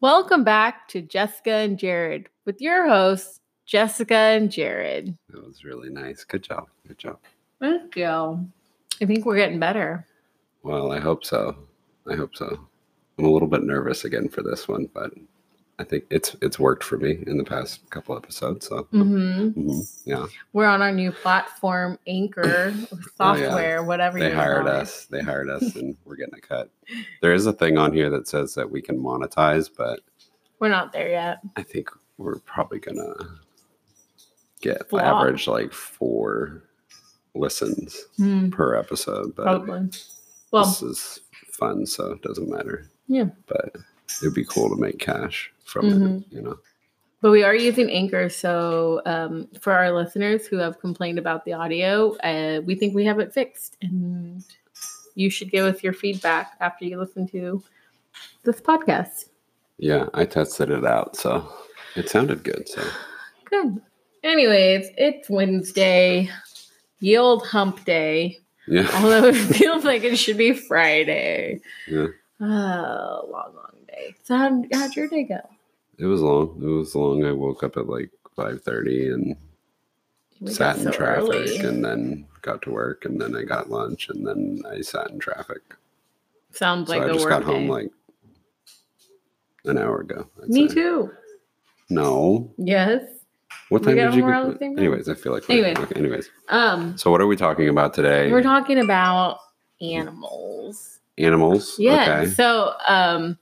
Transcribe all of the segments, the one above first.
Welcome back to Jessica and Jared with your hosts, Jessica and Jared. That was really nice. Good job. Good job. Thank you. I think we're getting better. Well, I hope so. I hope so. I'm a little bit nervous again for this one, but I think it's it's worked for me in the past couple episodes. So hmm mhm, yeah, We're on our new platform, Anchor Oh, yeah. software, whatever they you hired want. us. They hired us, and we're getting a cut. There is a thing on here that says that we can monetize, but We're not there yet. I think we're probably gonna get Flop. average like four listens Hmm, per episode. But probably. Well, this is fun, so it doesn't matter. Yeah. But it'd be cool to make cash from Mhm. it, you know. but we are using Anchor. So um, for our listeners who have complained about the audio, uh, we think we have it fixed. And you should give us your feedback after you listen to this podcast. Yeah, I tested it out, so it sounded good. So Good. Anyways, it's Wednesday, the old hump day. yeah, Although it feels like it should be Friday. Yeah. Oh, long, long day. So how, how'd your day go? it was long. It was long. I woke up at like five thirty and We got sat in so traffic, early. and then got to work, and then I got lunch, and then I sat in traffic. Sounds so like I a just work got home day. like an hour ago. I'd Me say. too. No, Yes. what We time got did home you? around the Get, same time. anyways, I feel like. we're- Anyways. okay, anyways, Um, so what are we talking about today? we're talking about animals. Animals. Yeah. Okay. So, um,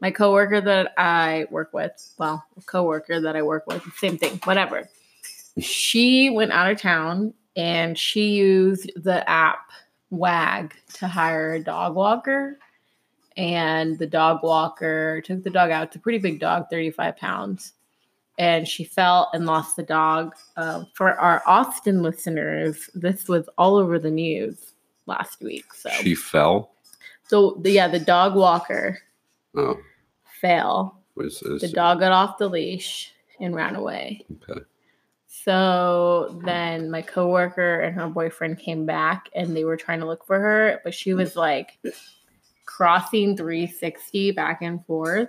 my coworker that I work with, well, coworker that I work with, same thing, whatever. She went out of town and she used the app Wag to hire a dog walker. And the dog walker took the dog out. It's a pretty big dog, 35 pounds. And she fell and lost the dog. Uh, for our Austin listeners, this was all over the news last week. So She fell. so the, yeah, the dog walker Oh, fell. was, is The dog got off the leash and ran away. okay. So then my coworker and her boyfriend came back and they were trying to look for her, but she was like crossing 360 back and forth.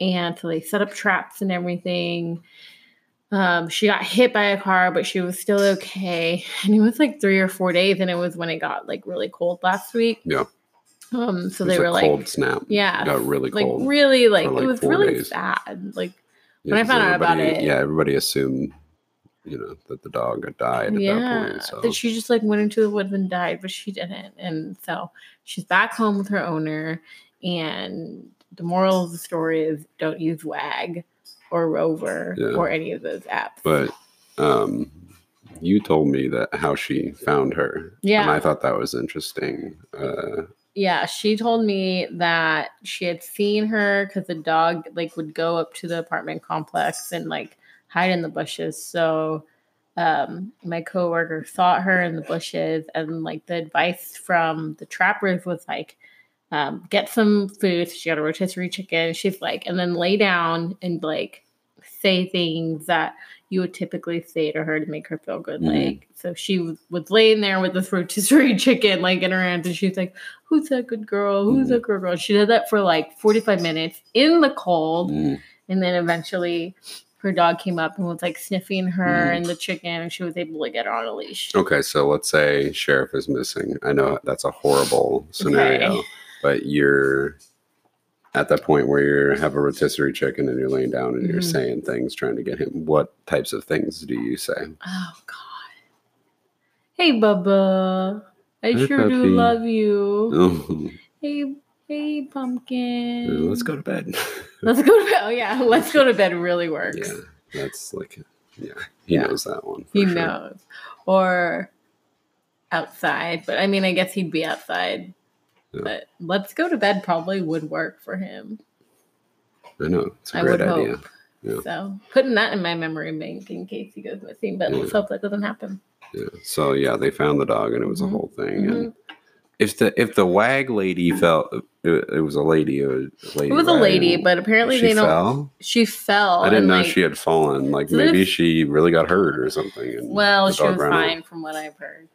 And so they set up traps and everything. Um, she got hit by a car, but she was still okay. And it was like three or four days, and it was when it got like really cold last week. Yeah. Um, so It was they were a like cold snap. Yeah. It got really like cold. really like, like, it was four really days. sad like Yeah, when I 'cause found out about everybody- it- yeah, everybody assumed, you know, that the dog had died at yeah that point. So that she just like went into the woods and died but she didn't and so she's back home with her owner and the moral of the story is don't use wag or rover Yeah. or any of those apps but um you told me that how she found her. And Yeah. I thought that was interesting. Uh yeah she told me that she had seen her because the dog like would go up to the apartment complex and like hide in the bushes so um my coworker saw her in the bushes and like the advice from the trappers was like um, get some food she got a rotisserie chicken she's like and then lay down and like say things that you would typically say to her to make her feel good Mhm. like so she was, was laying there with this rotisserie chicken like in her hands and she's like who's that good girl Mm-hmm. who's that good girl she did that for like 45 minutes in the cold mm, and then eventually her dog came up and was like sniffing her Mhm. and the chicken and she was able to get her on a leash. okay, so let's say sheriff is missing. I know that's a horrible scenario, but you're at that point where you have a rotisserie chicken and you're laying down and you're Mhm. saying things trying to get him. What types of things do you say? Oh god. Hey Bubba. I Hey, sure do puppy. love you. Hey hey pumpkin. Let's go to bed. Let's go to bed. Oh yeah, let's go to bed really works. Yeah, that's like, yeah, he Yeah. knows that one. for he sure. knows. Or outside, but I mean I guess he'd be outside. Yeah. But let's go to bed probably would work for him. I know. It's a I great would idea. hope. Yeah. So putting that in my memory bank in case he goes missing, but let's Yeah. hope that doesn't happen. Yeah. So yeah, they found the dog, and it was Mhm. a whole thing. And if the if the wag lady felt, it, it was a lady. It was a lady. It was a wag, lady, and but apparently she they don't. fell. She fell. I didn't and, know like, she had fallen. Like So then maybe if- she really got hurt or something. And Well, the she dog was ran off. fine from what I've heard.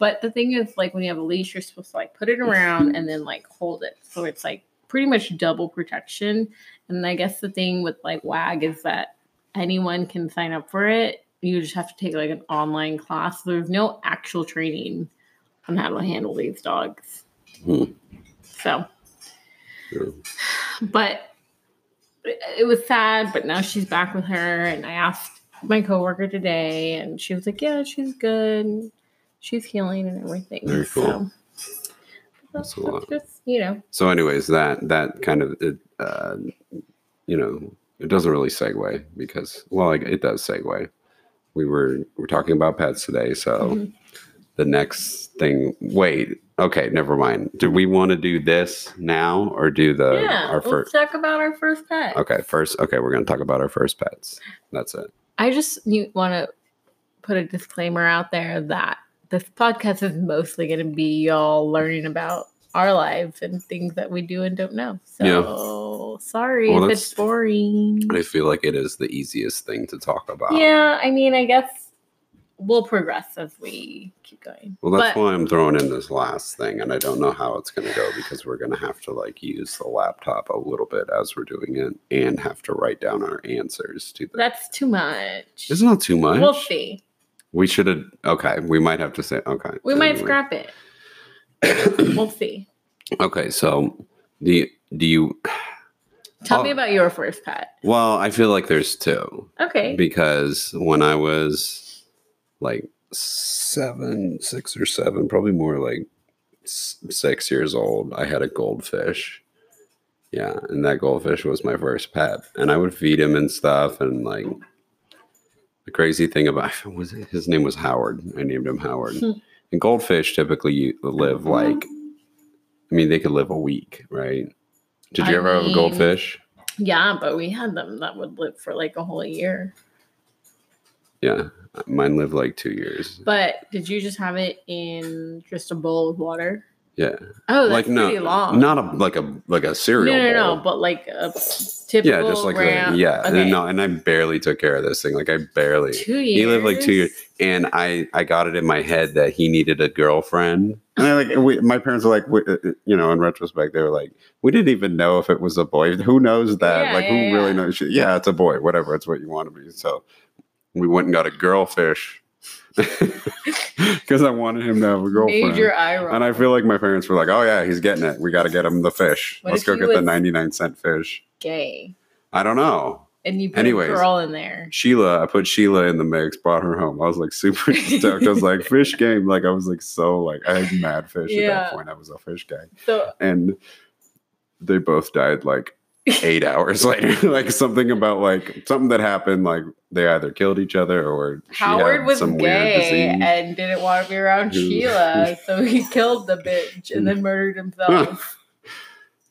But the thing is, like when you have a leash, you're supposed to like put it around and then like hold it, so it's like pretty much double protection. And I guess the thing with like WAG is that anyone can sign up for it. You just have to take like an online class. There's no actual training on how to handle these dogs. Hmm. So, Yeah. but it was sad. But now she's back with her, and I asked my coworker today, and she was like, "Yeah, she's good. She's healing and everything." Very cool. So, That's that's, a lot. just you know, So, anyways, that that kind of it, uh, you know, it doesn't really segue because well, like it does segue. We were we're talking about pets today, so Mhm. the next thing. Wait, okay, never mind. Do we want to do this now or do the yeah. uh, our let's first? talk about our first pet. Okay, first. Okay, we're gonna talk about our first pets. That's it. I just want to put a disclaimer out there that this podcast is mostly going to be y'all learning about our lives and things that we do and don't know. So sorry Well, if it's that's- boring. I feel like it is the easiest thing to talk about. Yeah, I mean, I guess we'll progress as we keep going. Well, that's but, why I'm throwing in this last thing, and I don't know how it's going to go because we're going to have to like use the laptop a little bit as we're doing it, and have to write down our answers to the. That's too much. It's not too much. We'll see. We should have. Okay, we might have to say. Okay, We might anyway. scrap it. we'll see. Okay, so do you, do you? Tell Oh. me about your first pet. Well, I feel like there's two Okay. because when I was like seven, six or seven, probably more like s- six years old, I had a goldfish. Yeah, and that goldfish was my first pet, and I would feed him and stuff, and like the crazy thing about was it, his name was Howard. I named him Howard, Hmm. Uh-huh. and goldfish typically you- live like, I mean, they could live a week, right? Did you I ever have a mean- goldfish? yeah, but we had them that would live for like a whole year. Yeah, mine lived like two years. But did you just have it in just a bowl of water? Yeah, Oh, that's like no, pretty long. not a like a like a no, cereal. no, no, bowl. but like a typical yeah, just like the- round. yeah, okay. and no, and I barely took care of this thing. Like I barely, two years. he lived like two years, and I I got it in my head that he needed a girlfriend. And I like we, my parents were like, we, uh, uh, you know, in retrospect, they were like, we didn't even know if it was a boy. Who knows that? Yeah, like who yeah, really yeah. knows? Yeah, it's a boy. Whatever, it's what you want to be. So we went and got a girlfish because I wanted him to have a girlfriend. Major eye roll. And I feel like my parents were like, "Oh yeah, he's getting it. We got to get him the fish. What Let's if go he get the was- ninety-nine cent fish." gay. I don't know. And you put Anyways. a girl in there. Sheila, I put Sheila in the mix, brought her home. I was like super stoked. I was like, "Fish game!" Like I was like so like I had mad fish at Yeah. that point. I was a fish guy, So and they both died like eight hours later. like something about like something that happened. Like they either killed each other or she Howard had was some gay weird disease. and didn't want to be around Who- Sheila, so he killed the bitch and then murdered himself.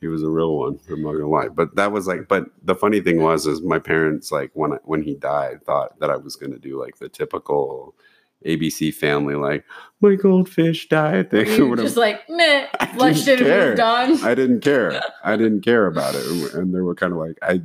he was a real one. I'm not gonna lie, but that was like. But the funny thing was, is my parents like when I, when he died, thought that I was gonna do like the typical ABC family, like my goldfish died thing. You or were whatever. just like meh, I flushed it didn't and care. moved on. I didn't care. I didn't care about it, and they were kind of like, I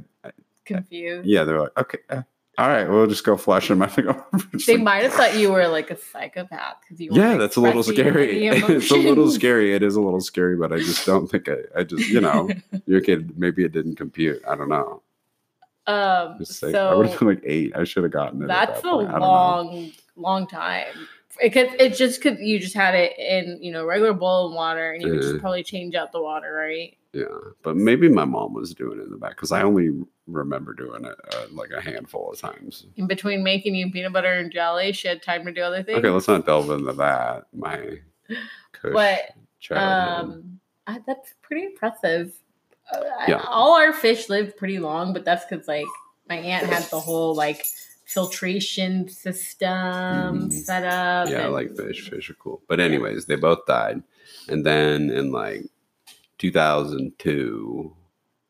Confused. yeah, they're like, okay, eh, all right, we'll just go flush him. I think I'm just They like, might have thought you were like a psychopath because you. yeah, weren't that's a little expressing scary. any it's a little emotions. scary. It is a little scary, but I just don't think I. I just you know, your kid maybe it didn't compute. I don't know. Um, Just say- I would have so been like eight. I should have gotten it. at that's that a point. I don't know. long, long time. Because it just could you just had it in you know regular bowl of water and you could Yeah. just probably change out the water, right? Yeah, but maybe my mom was doing it in the back because I only remember doing it uh, like a handful of times. in between making you peanut butter and jelly, she had time to do other things. Okay, let's not delve into that. My cush but childhood. um, I, that's pretty impressive. Uh, I- Yeah. all our fish lived pretty long, but that's because like my aunt had the whole like filtration system Mhm. set up. yeah, I and- like fish. Fish are cool. But anyways, they both died, and then in like 2002.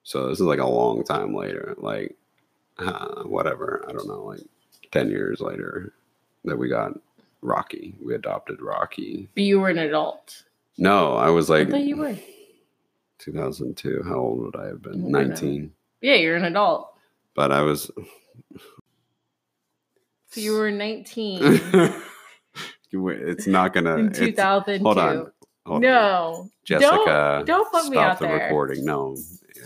So this is like a long time later. Like uh, whatever, I don't know, like 10 years later that we got Rocky. We adopted Rocky. But you were an adult. No, I was like I thought you were. 2002. How old would I have I been? don't know. 19. Yeah, you're an adult. But I was. So you were 19 You were- it's not gonna. in Uh, it's- 2002. hold on. Hold on. no, Jessica, don't put me out the there. recording. No,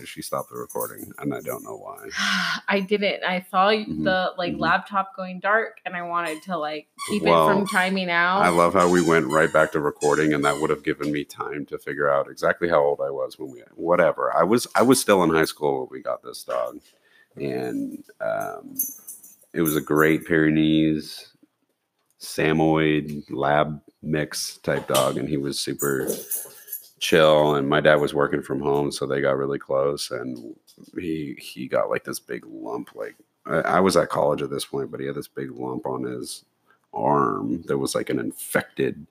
she stopped the recording, and I don't know why. I didn't. I saw Mhm, the like mhm. laptop going dark, and I wanted to like keep Well, it from timing out. I love how we went right back to recording, and that would have given me time to figure out exactly how old I was when we. Whatever, I was I was still in high school when we got this dog, and um, it was a great Pyrenees, Samoyed lab mix type dog, and he was super chill. And my dad was working from home, so they got really close, and he he got like this big lump. Like I, I was at college at this point, but he had this big lump on his arm that was like an infected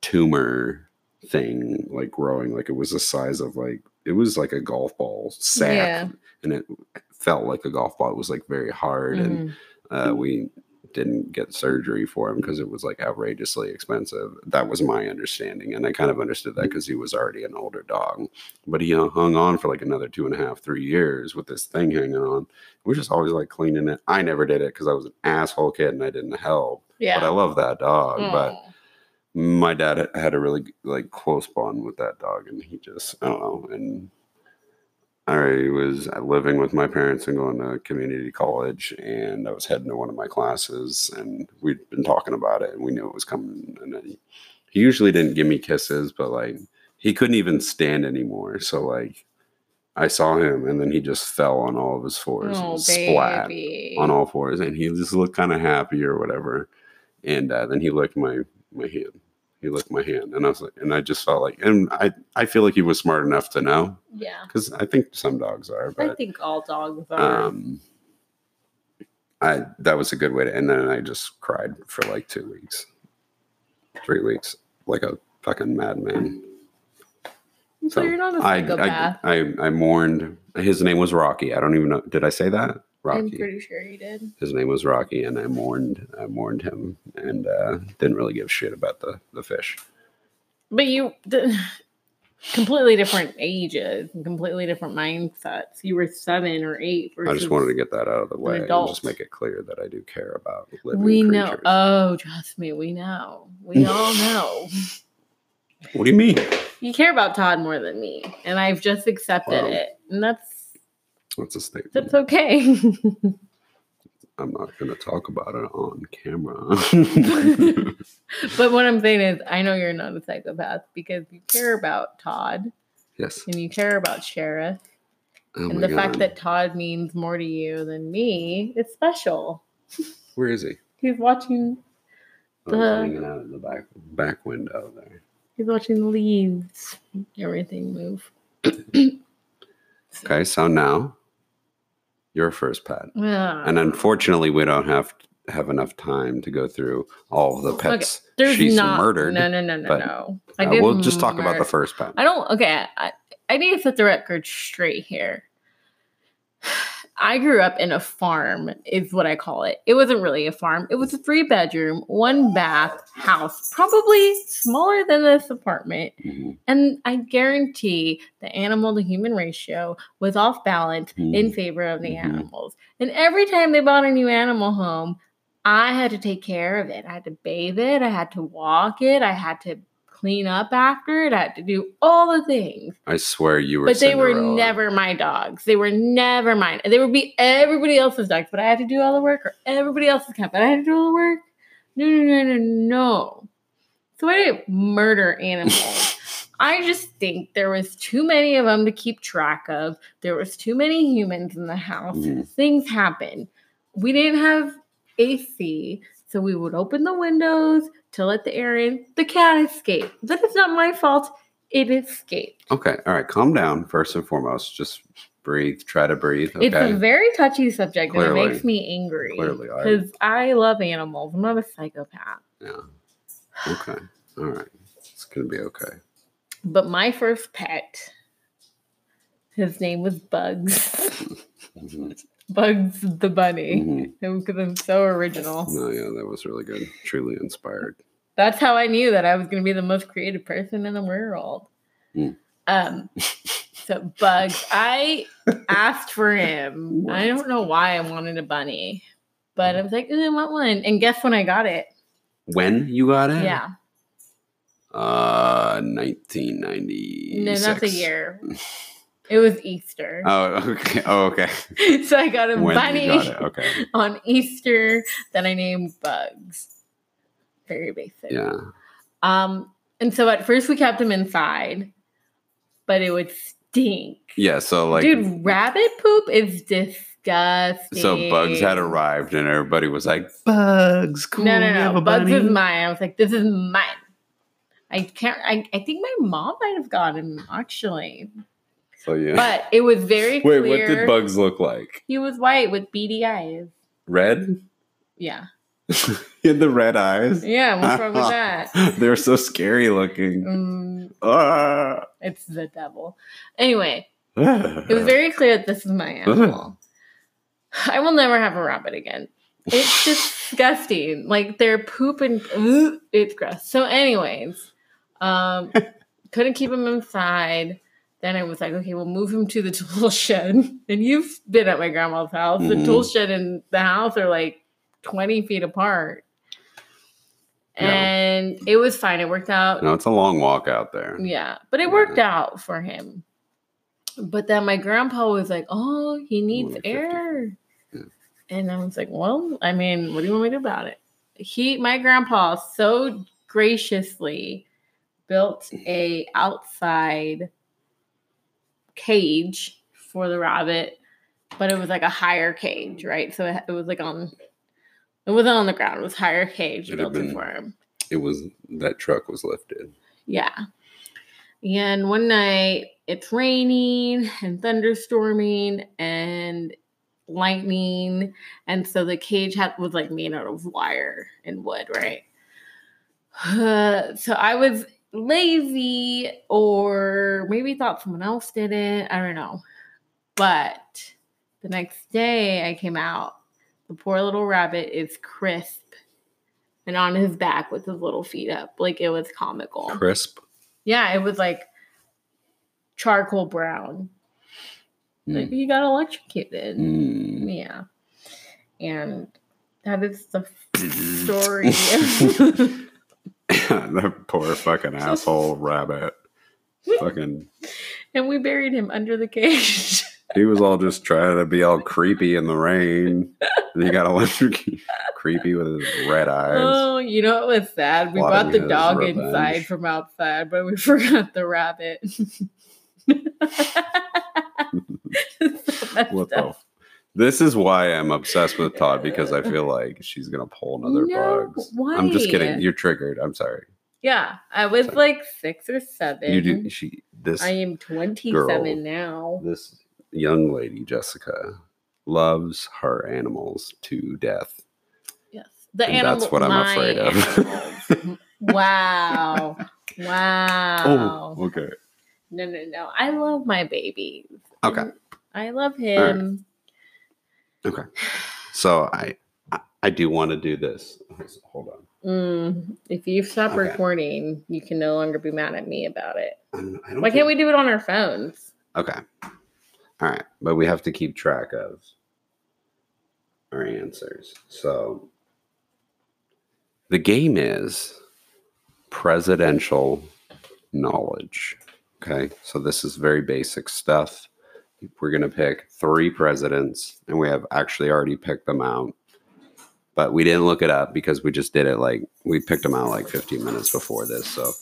tumor thing like growing like it was the size of like it was like a golf ball sack Yeah. and it felt like a golf ball it was like very hard and Mhm. uh, we didn't get surgery for him because it was like outrageously expensive. That was my understanding, and I kind of understood that because he was already an older dog. But he hung on for like another two and a half, three years with this thing hanging on. We're just always like cleaning it. I never did it because I was an asshole kid and I didn't help. Yeah. But I love that dog. But Mm. my dad h- had a really like close bond with that dog and he just i don't know and i was uh, living with my parents and going to community college and i was heading to one of my classes and we'd been talking about it and we knew it was coming and then he usually didn't give me kisses but like he couldn't even stand anymore so like i saw him and then he just fell on all of his fours oh, splat baby. on all fours, and he just looked kind of happy or whatever. And uh, then he licked my my hand. He licked my hand, and I was like, and I just felt like, and I I feel like he was smart enough to know yeah. because I think some dogs are, I but think all dogs are. um, I that was a good way to. And then I just cried for like two weeks, three weeks, like a fucking madman. so so you're not a I psychopath. I, I I mourned. His name was Rocky. I don't even know. Did I say that? I, Rocky am pretty sure you did. his name was Rocky, and I mourned I mourned him, and uh, didn't really give a shit about the the fish. But you d- completely different ages and completely different mindsets. You were seven or eight. I just versus- wanted to get that out of the way and adult. just make it clear that I do care about living We know. creatures. Oh, trust me, we know. We all know. what do you mean? You care about Todd more than me, and I've just accepted Wow. it, and that's That's a statement. that's okay. I'm not going to talk about it on camera. but what I'm saying is, I know you're not a psychopath because you care about Todd yes. and you care about Sheriff, Oh and my the fact God. that Todd means more to you than me is special. where is he? He's watching. Oh, The- he's hanging out in the back back window there. He's watching the leaves, everything move. Okay, so now your first pet. Ah. And unfortunately, we don't have have enough time to go through all of the pets There's she's not, murdered. No, no, no, no, but, no. Uh, did we'll just talk about murder- the first pet. I don't. Okay, I, I need to set the record straight here. I grew up in a farm, is what I call it. It wasn't really a farm. It was a three bedroom, one bath house, probably smaller than this apartment. Mhm. And I guarantee the animal to human ratio was off balance in Mhm. favor of the Mhm. animals. And every time they bought a new animal home, I had to take care of it. I had to bathe it, I had to walk it, I had to clean up after it, I had to do all the things. I swear you were. But they were Cinderella. never my dogs. They were never mine. They would be everybody else's dogs, but I had to do all the work, or everybody else's cat, but I had to do all the work. No, no, no, no, no. So I didn't murder animals. I just think there was too many of them to keep track of. There was too many humans in the house. Mhm. Things happened. We didn't have AC, so we would open the windows to let the air in. The cat escaped. That is not my fault. It escaped. Okay, all right. Calm down. First and foremost, just breathe. Try to breathe. Okay. It's a very touchy subject and Clearly. it makes me angry. Clearly, I- Because I, love animals. I'm not a psychopath. yeah. Okay. All right. It's gonna be okay. But my first pet, his name was Bugs. Mhm. Bugs the bunny. Mhm. Because I'm so original. No, yeah, that was really good. Truly inspired. That's how I knew that I was going to be the most creative person in the world. Mm. Um, so, Bugs, I asked for him. I don't know why I wanted a bunny, but Mm. I was like, "Ooh, I want one. And guess when I got it? Mm. When you got it? Yeah. Uh, 1990. No, not the year. It was Easter. E Oh, okay. Oh, okay. so I got a When bunny you got it. Okay. on Easter that I named Bugs. Very basic. Yeah. Um, and so at first we kept him inside, but it would stink. Yeah. So like, Dude, rabbit poop is disgusting. so Bugs had arrived and everybody was like, Bugs, cool. No, we no, have a no. Bugs bunny." is mine. I was like, this is mine. I can't. I, I think my mom might have got him actually, So yeah. but it was very Wait, clear. what did Bugs look like? He was white with beady eyes. Red? Yeah. He had the red eyes. Yeah. What's wrong with that? They're so scary looking. Mm, Ah. it's the devil. Anyway, it it was very clear that this is my animal. I will never have a rabbit again. It's disgusting. Like their poop and ugh, it's gross. So, anyways, um, couldn't keep him inside. Then I was like, okay, we'll move him to the tool shed. And you've been at my grandma's house. The tool shed and the house are like 20 feet apart. Yeah. And it was fine. It worked out. No, it's a long walk out there. Yeah, but it worked out for him. But then my grandpa was like, "Oh, he needs Only 50. air," Yeah. and I was like, "Well, I mean, what do you want me to do about it?" He, my grandpa, so graciously built a outside cage for the rabbit, but it was like a higher cage, right? So it, it was like on, it wasn't on the ground; it was higher cage It'd have built it been- for him. It was that truck was lifted. Yeah. And one night it's raining and thunderstorming and lightning. And so the cage had was like made out of wire and wood, right? so I was lazy or maybe thought someone else did it. I don't know. But the next day I came out. The poor little rabbit is crisp and on his back with his little feet up. Like it was comical. Crisp. Yeah, it was like charcoal brown. Hmm. Like he got electrocuted. Mm. Yeah. And that is the story. the poor fucking asshole rabbit. Fucking, and we buried him under the cage. he was all just trying to be all creepy in the rain, and he got electrocuted. creepy with his red eyes. Oh, you know what was sad? We Plotting brought the his dog revenge. inside from outside, but we forgot the rabbit. what the? F- this is why I'm obsessed with Todd because I feel like she's gonna pull another No, bugs. I'm just why? kidding. You're triggered. I'm sorry. yeah, I was Sorry. like six or seven. You do. She this I am 27 now. this young lady Jessica loves her animals to death. Yes. The And animal. that's what I'm my afraid of. animals. wow. Wow. Oh, okay. No, no, no. I love my baby. Okay. And I love him. So I I, I do want to do this. Hold on. Mm, if you stop Okay. recording, you can no longer be mad at me about it. I don't, I don't Why can't think- we do it on our phones? Okay. All right, but we have to keep track of our answers. So the game is presidential knowledge. Okay, so this is very basic stuff. We're going to pick three presidents, and we have actually already picked them out. But we didn't look it up because we just did it like we picked them out like 15 minutes before this. So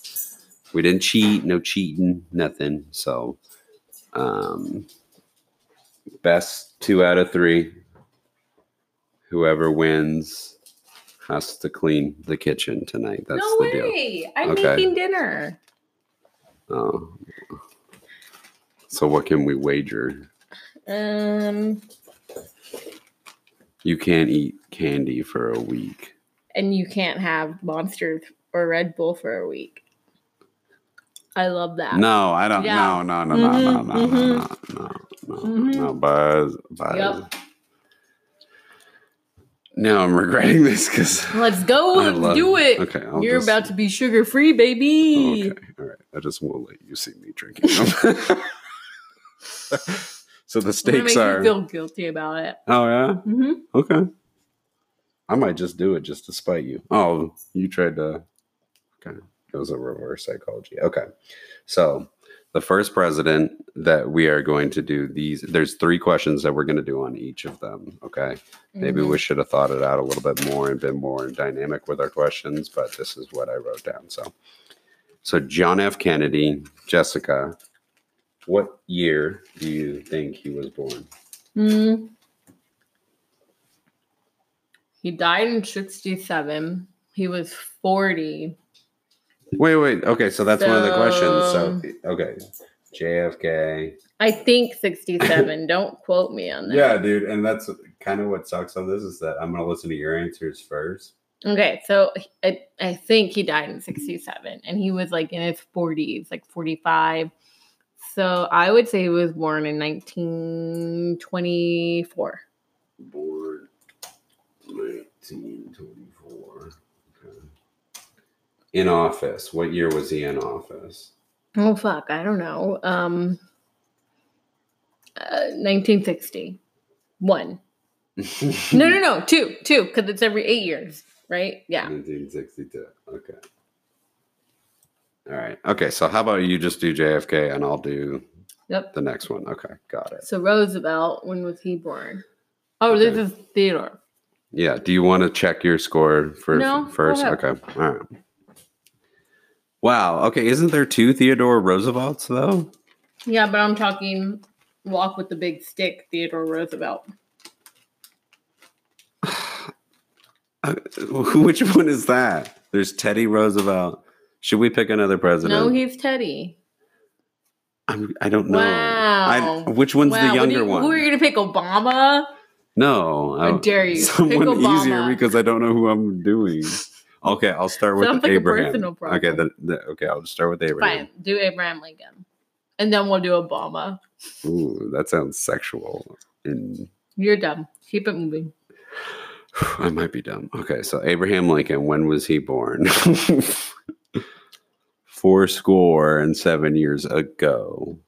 we didn't cheat, no cheating, nothing. So um, best two out of three. Whoever wins has to clean the kitchen tonight. That's no the deal. way. I'm Okay. making dinner. Oh. So what can we wager? Um, You can't eat candy for a week. and you can't have monsters or Red Bull for a week. I love that. No, I don't. Yeah. No, no, no, no, Mhm, no, no, no, no, no, Mhm. no. Buzz, buzz. Yep. Now I'm regretting this because Let's go. I love Let's do it. Okay, I'll You're just- about to be sugar free, baby. Okay, all right. I just won't let you see me drinking. them. so the I'm gonna stakes make are. you feel guilty about it. oh yeah. hmm Okay. I might just do it just to spite you. Oh, you tried to. Okay. It was a reverse psychology. Okay. So the first president that we are going to do these, there's three questions that we're going to do on each of them. Okay. Maybe Mm-hmm. we should have thought it out a little bit more and been more dynamic with our questions, but this is what I wrote down. So, so John F. Kennedy, Jessica, what year do you think he was born? Mm. He died in 67. He was 40. Wait, wait. Okay, so that's one of the So- questions. So, okay, JFK. I think 67. Don't quote me on that. Yeah, dude, and that's kind of what sucks on this is that I'm gonna listen to your answers first. Okay, so I, I think he died in 67 and he was like in his 40s, like 45. So I would say he was born in 1924. Born 1924. Okay. In office. What year was he in office? Oh fuck, I don't know. Um uh, 1961. No, no, no, two, two, because it's every eight years, right? Yeah. 1962. Okay. All right. Okay. So, how about you just do JFK and I'll do Yep. the next one? Okay. Got it. So Roosevelt, when was he born? Oh, this is Okay. Theodore. Yeah. Do you want to check your score for No, go first? ahead. Okay. All right. Wow. Okay. Isn't there two Theodore Roosevelts though? Yeah, but I'm talking walk with the big stick, Theodore Roosevelt. Uh, Which one is that? There's Teddy Roosevelt. Should we pick another president? No, he's Teddy. I'm, I don't know. Wow. I, which one's Wow, the what do younger you- one? Who are you gonna pick, Obama? No, oh, How dare you. Pick Someone easier Obama. because I don't know who I'm doing. Okay, I'll start with Sounds like a Abraham. personal problem. okay, the, the, okay, I'll start with Abraham. Fine, do Abraham Lincoln, and then we'll do Obama. Ooh, that sounds sexual. And You're dumb. Keep it moving. I might be dumb. Okay, so Abraham Lincoln, when was he born? Four score and seven years ago.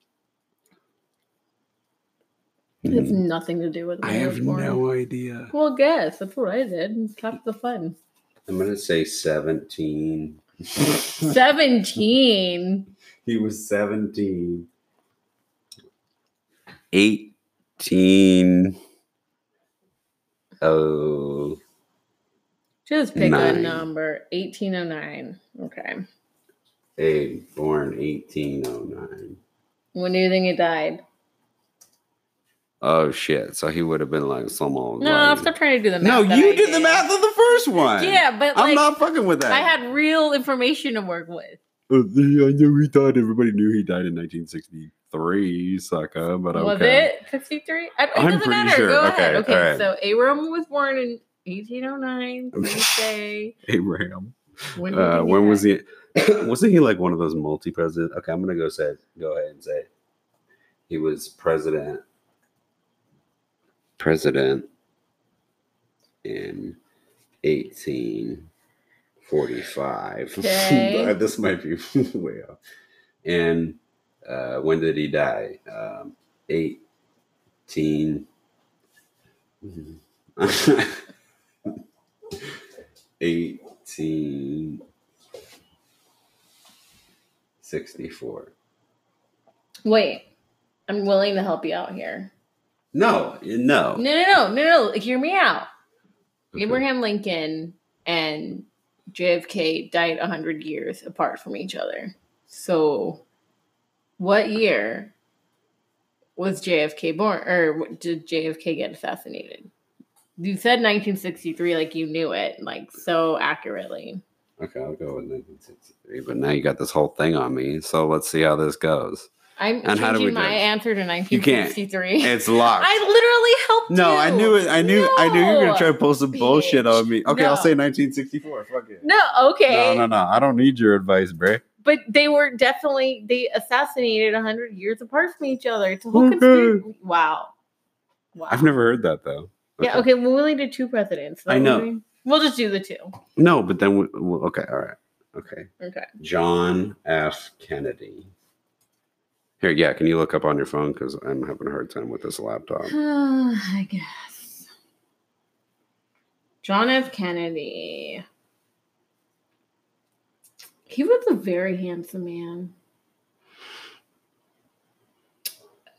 It has nothing to do with. Hmm. I when he have was born. no idea. Well, guess that's what I did. Stop the fun. I'm gonna say 17. Seventeen. He was 17. 18. Oh, Just pick a Nine. number. Eighteen oh nine. Okay. hey, born 1809. When do you think he died? Oh, shit. So he would have been like someone. No, like, stop trying to do the math. No, that you I did the math on the first one. Yeah, but I'm like, not fucking with that. I had real information to work with. Uh, yeah, I knew he died. Everybody knew he died in 1963, sucker. But okay. Was it 63? I, it I'm doesn't pretty matter. sure. Go ahead. Okay, Okay, alright. so Abram was born in 1809. Tuesday. Abraham. When, do you Uh, think when was died? he? wasn't he like one of those multi presidents? Okay, I'm gonna go say go ahead and say he was president. President in 1845. Okay. this might be way off. And uh, when did he die? Um, 18. 1864. Wait, I'm willing to help you out here. No, No, no. no, no, no, no. Hear me out. Okay. Abraham Lincoln and JFK died 100 years apart from each other. So, what year was JFK born or did JFK get assassinated? You said 1963 like you knew it like so accurately. Okay, I'll go with 1963. But now you got this whole thing on me. So let's see how this goes. I'm And changing how do we my do it? answer to can't. 1963. It's locked. I literally helped no, you. I knew it. I knew. I knew you were gonna No. try to pull some bullshit bitch. on me. Okay, I'll No. say 1964. Fuck it. No, okay. No, no, no. I don't need your advice, Bray. But they were definitely they assassinated hundred years apart from each other. It's a whole conspiracy. Wow. Wow. I've never heard that though. Yeah. Okay. Well, we only did two presidents. I know. we- We'll just do the two. No, but then we, well, okay, all right, okay. Okay. John F. Kennedy. Here, yeah. Can you look up on your phone because I'm having a hard time with this laptop. I guess. John F. Kennedy. He was a very handsome man.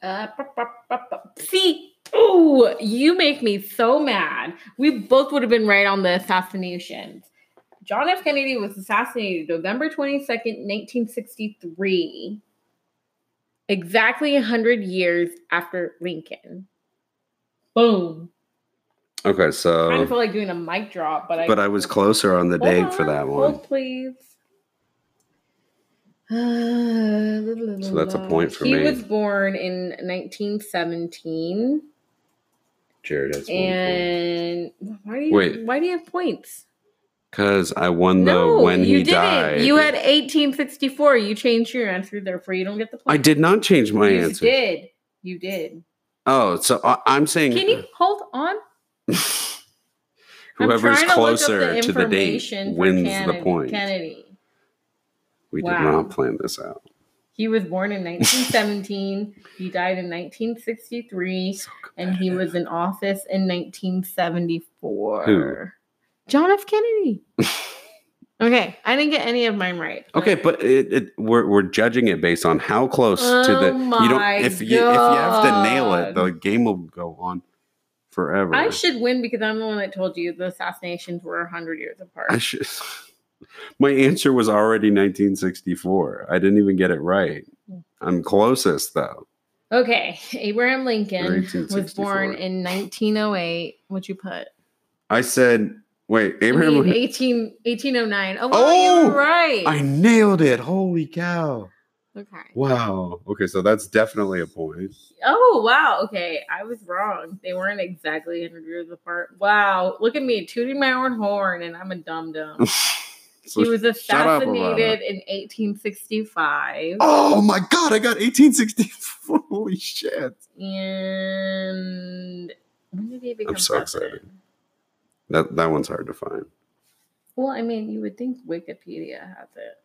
Uh, bup, bup, bup, bup. See, ooh, you make me so mad. We both would have been right on the assassinations. John F. Kennedy was assassinated November 22nd, 1963, exactly 100 years after Lincoln. Boom. Okay, I don't so feel like doing a mic drop, but I Uh, but I was closer on the Hold date for on, that hold, one. please. So that's a point for he me. was born in 1917, Jared has one and why do you Wait. why do you have points? because I won the when you he died. You had 1864. You changed your answer, therefore you don't get the point. I did not change my you answer. did. You did. Oh, so I, I'm saying Can you hold on? I'm whoever's trying to look up closer to the date information for wins the Kennedy- point. Kennedy. We did Wow. not plan this out. He was born in 1917. he died in 1963. and he was in office in 1974. John F. Kennedy. okay, I didn't get any of mine right. Okay, but it, it we're we're judging it based on how close to the Oh you my don't if you if you have to nail it, God. the game will go on forever. I should win because I'm the one that told you the assassinations were 100 years apart. I should. My answer was already 1964. I didn't even get it right. I'm closest though. okay, Abraham Lincoln was 1964. born in 1908. What'd you put? I said, wait, I Abraham. mean, Lincoln- 18, 1809. Oh, wow, you Oh! were right. I nailed it. Holy cow. okay. Wow. Okay, so that's definitely a point. Oh, wow. Okay. I was wrong. They weren't exactly 100 years apart. Wow. Look at me tooting my own horn, and I'm a dum dum. So- He was up about assassinated in 1865. oh my god, I got 1864. Holy shit. And when did he become so president? excited. That that one's hard to find. Well, I mean, you would think Wikipedia has it.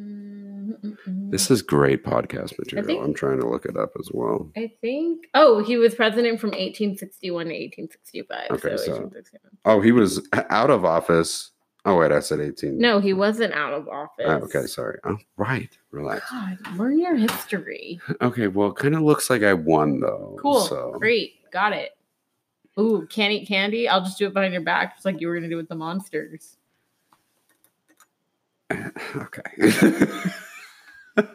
Mm, This is great podcast material. think- I'm trying to look it up as well. I think. Oh, he was president from 1861 to 1865. so Okay, so- 1861. Oh, he was out of office. Oh wait, I said 18. No, he wasn't out of office. Oh, okay, sorry. Oh, right. Relax. God, learn your history. Okay, well, it kind of looks like I won though. Cool. So Great. Got it. Ooh, can't eat candy. I'll just do it behind your back, just like you were gonna do with the monsters. okay.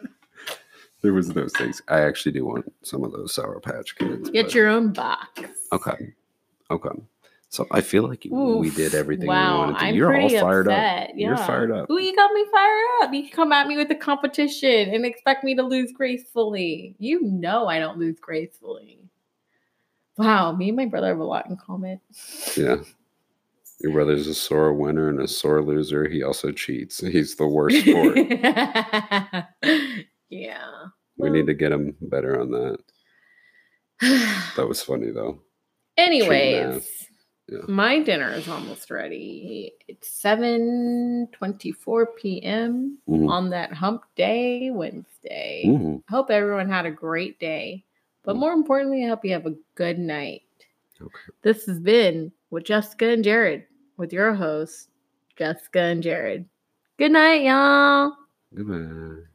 there was those things. I actually do want some of those sour patch kids. Get but- your own box. Okay. Okay. So I feel like we Oof. did everything wow, we wanted to. I'm You're all pretty fired up. upset. You're yeah. fired up. Ooh, you got me fired up. You can come at me with a competition and expect me to lose gracefully. You know I don't lose gracefully. Wow, me and my brother have a lot in common. Yeah. Your brother's a sore winner and a sore loser. He also cheats. He's the worst sport. yeah. we need to get him better on that. That was funny though. Anyways, Yeah. my dinner is almost ready. It's 7:24 p.m. Mhm. on that hump day Wednesday. Mhm. I hope everyone had a great day, but Mm. more importantly, I hope you have a good night. Okay. This has been with Jessica and Jared, with your hosts, Jessica and Jared. Good night, y'all. Goodbye.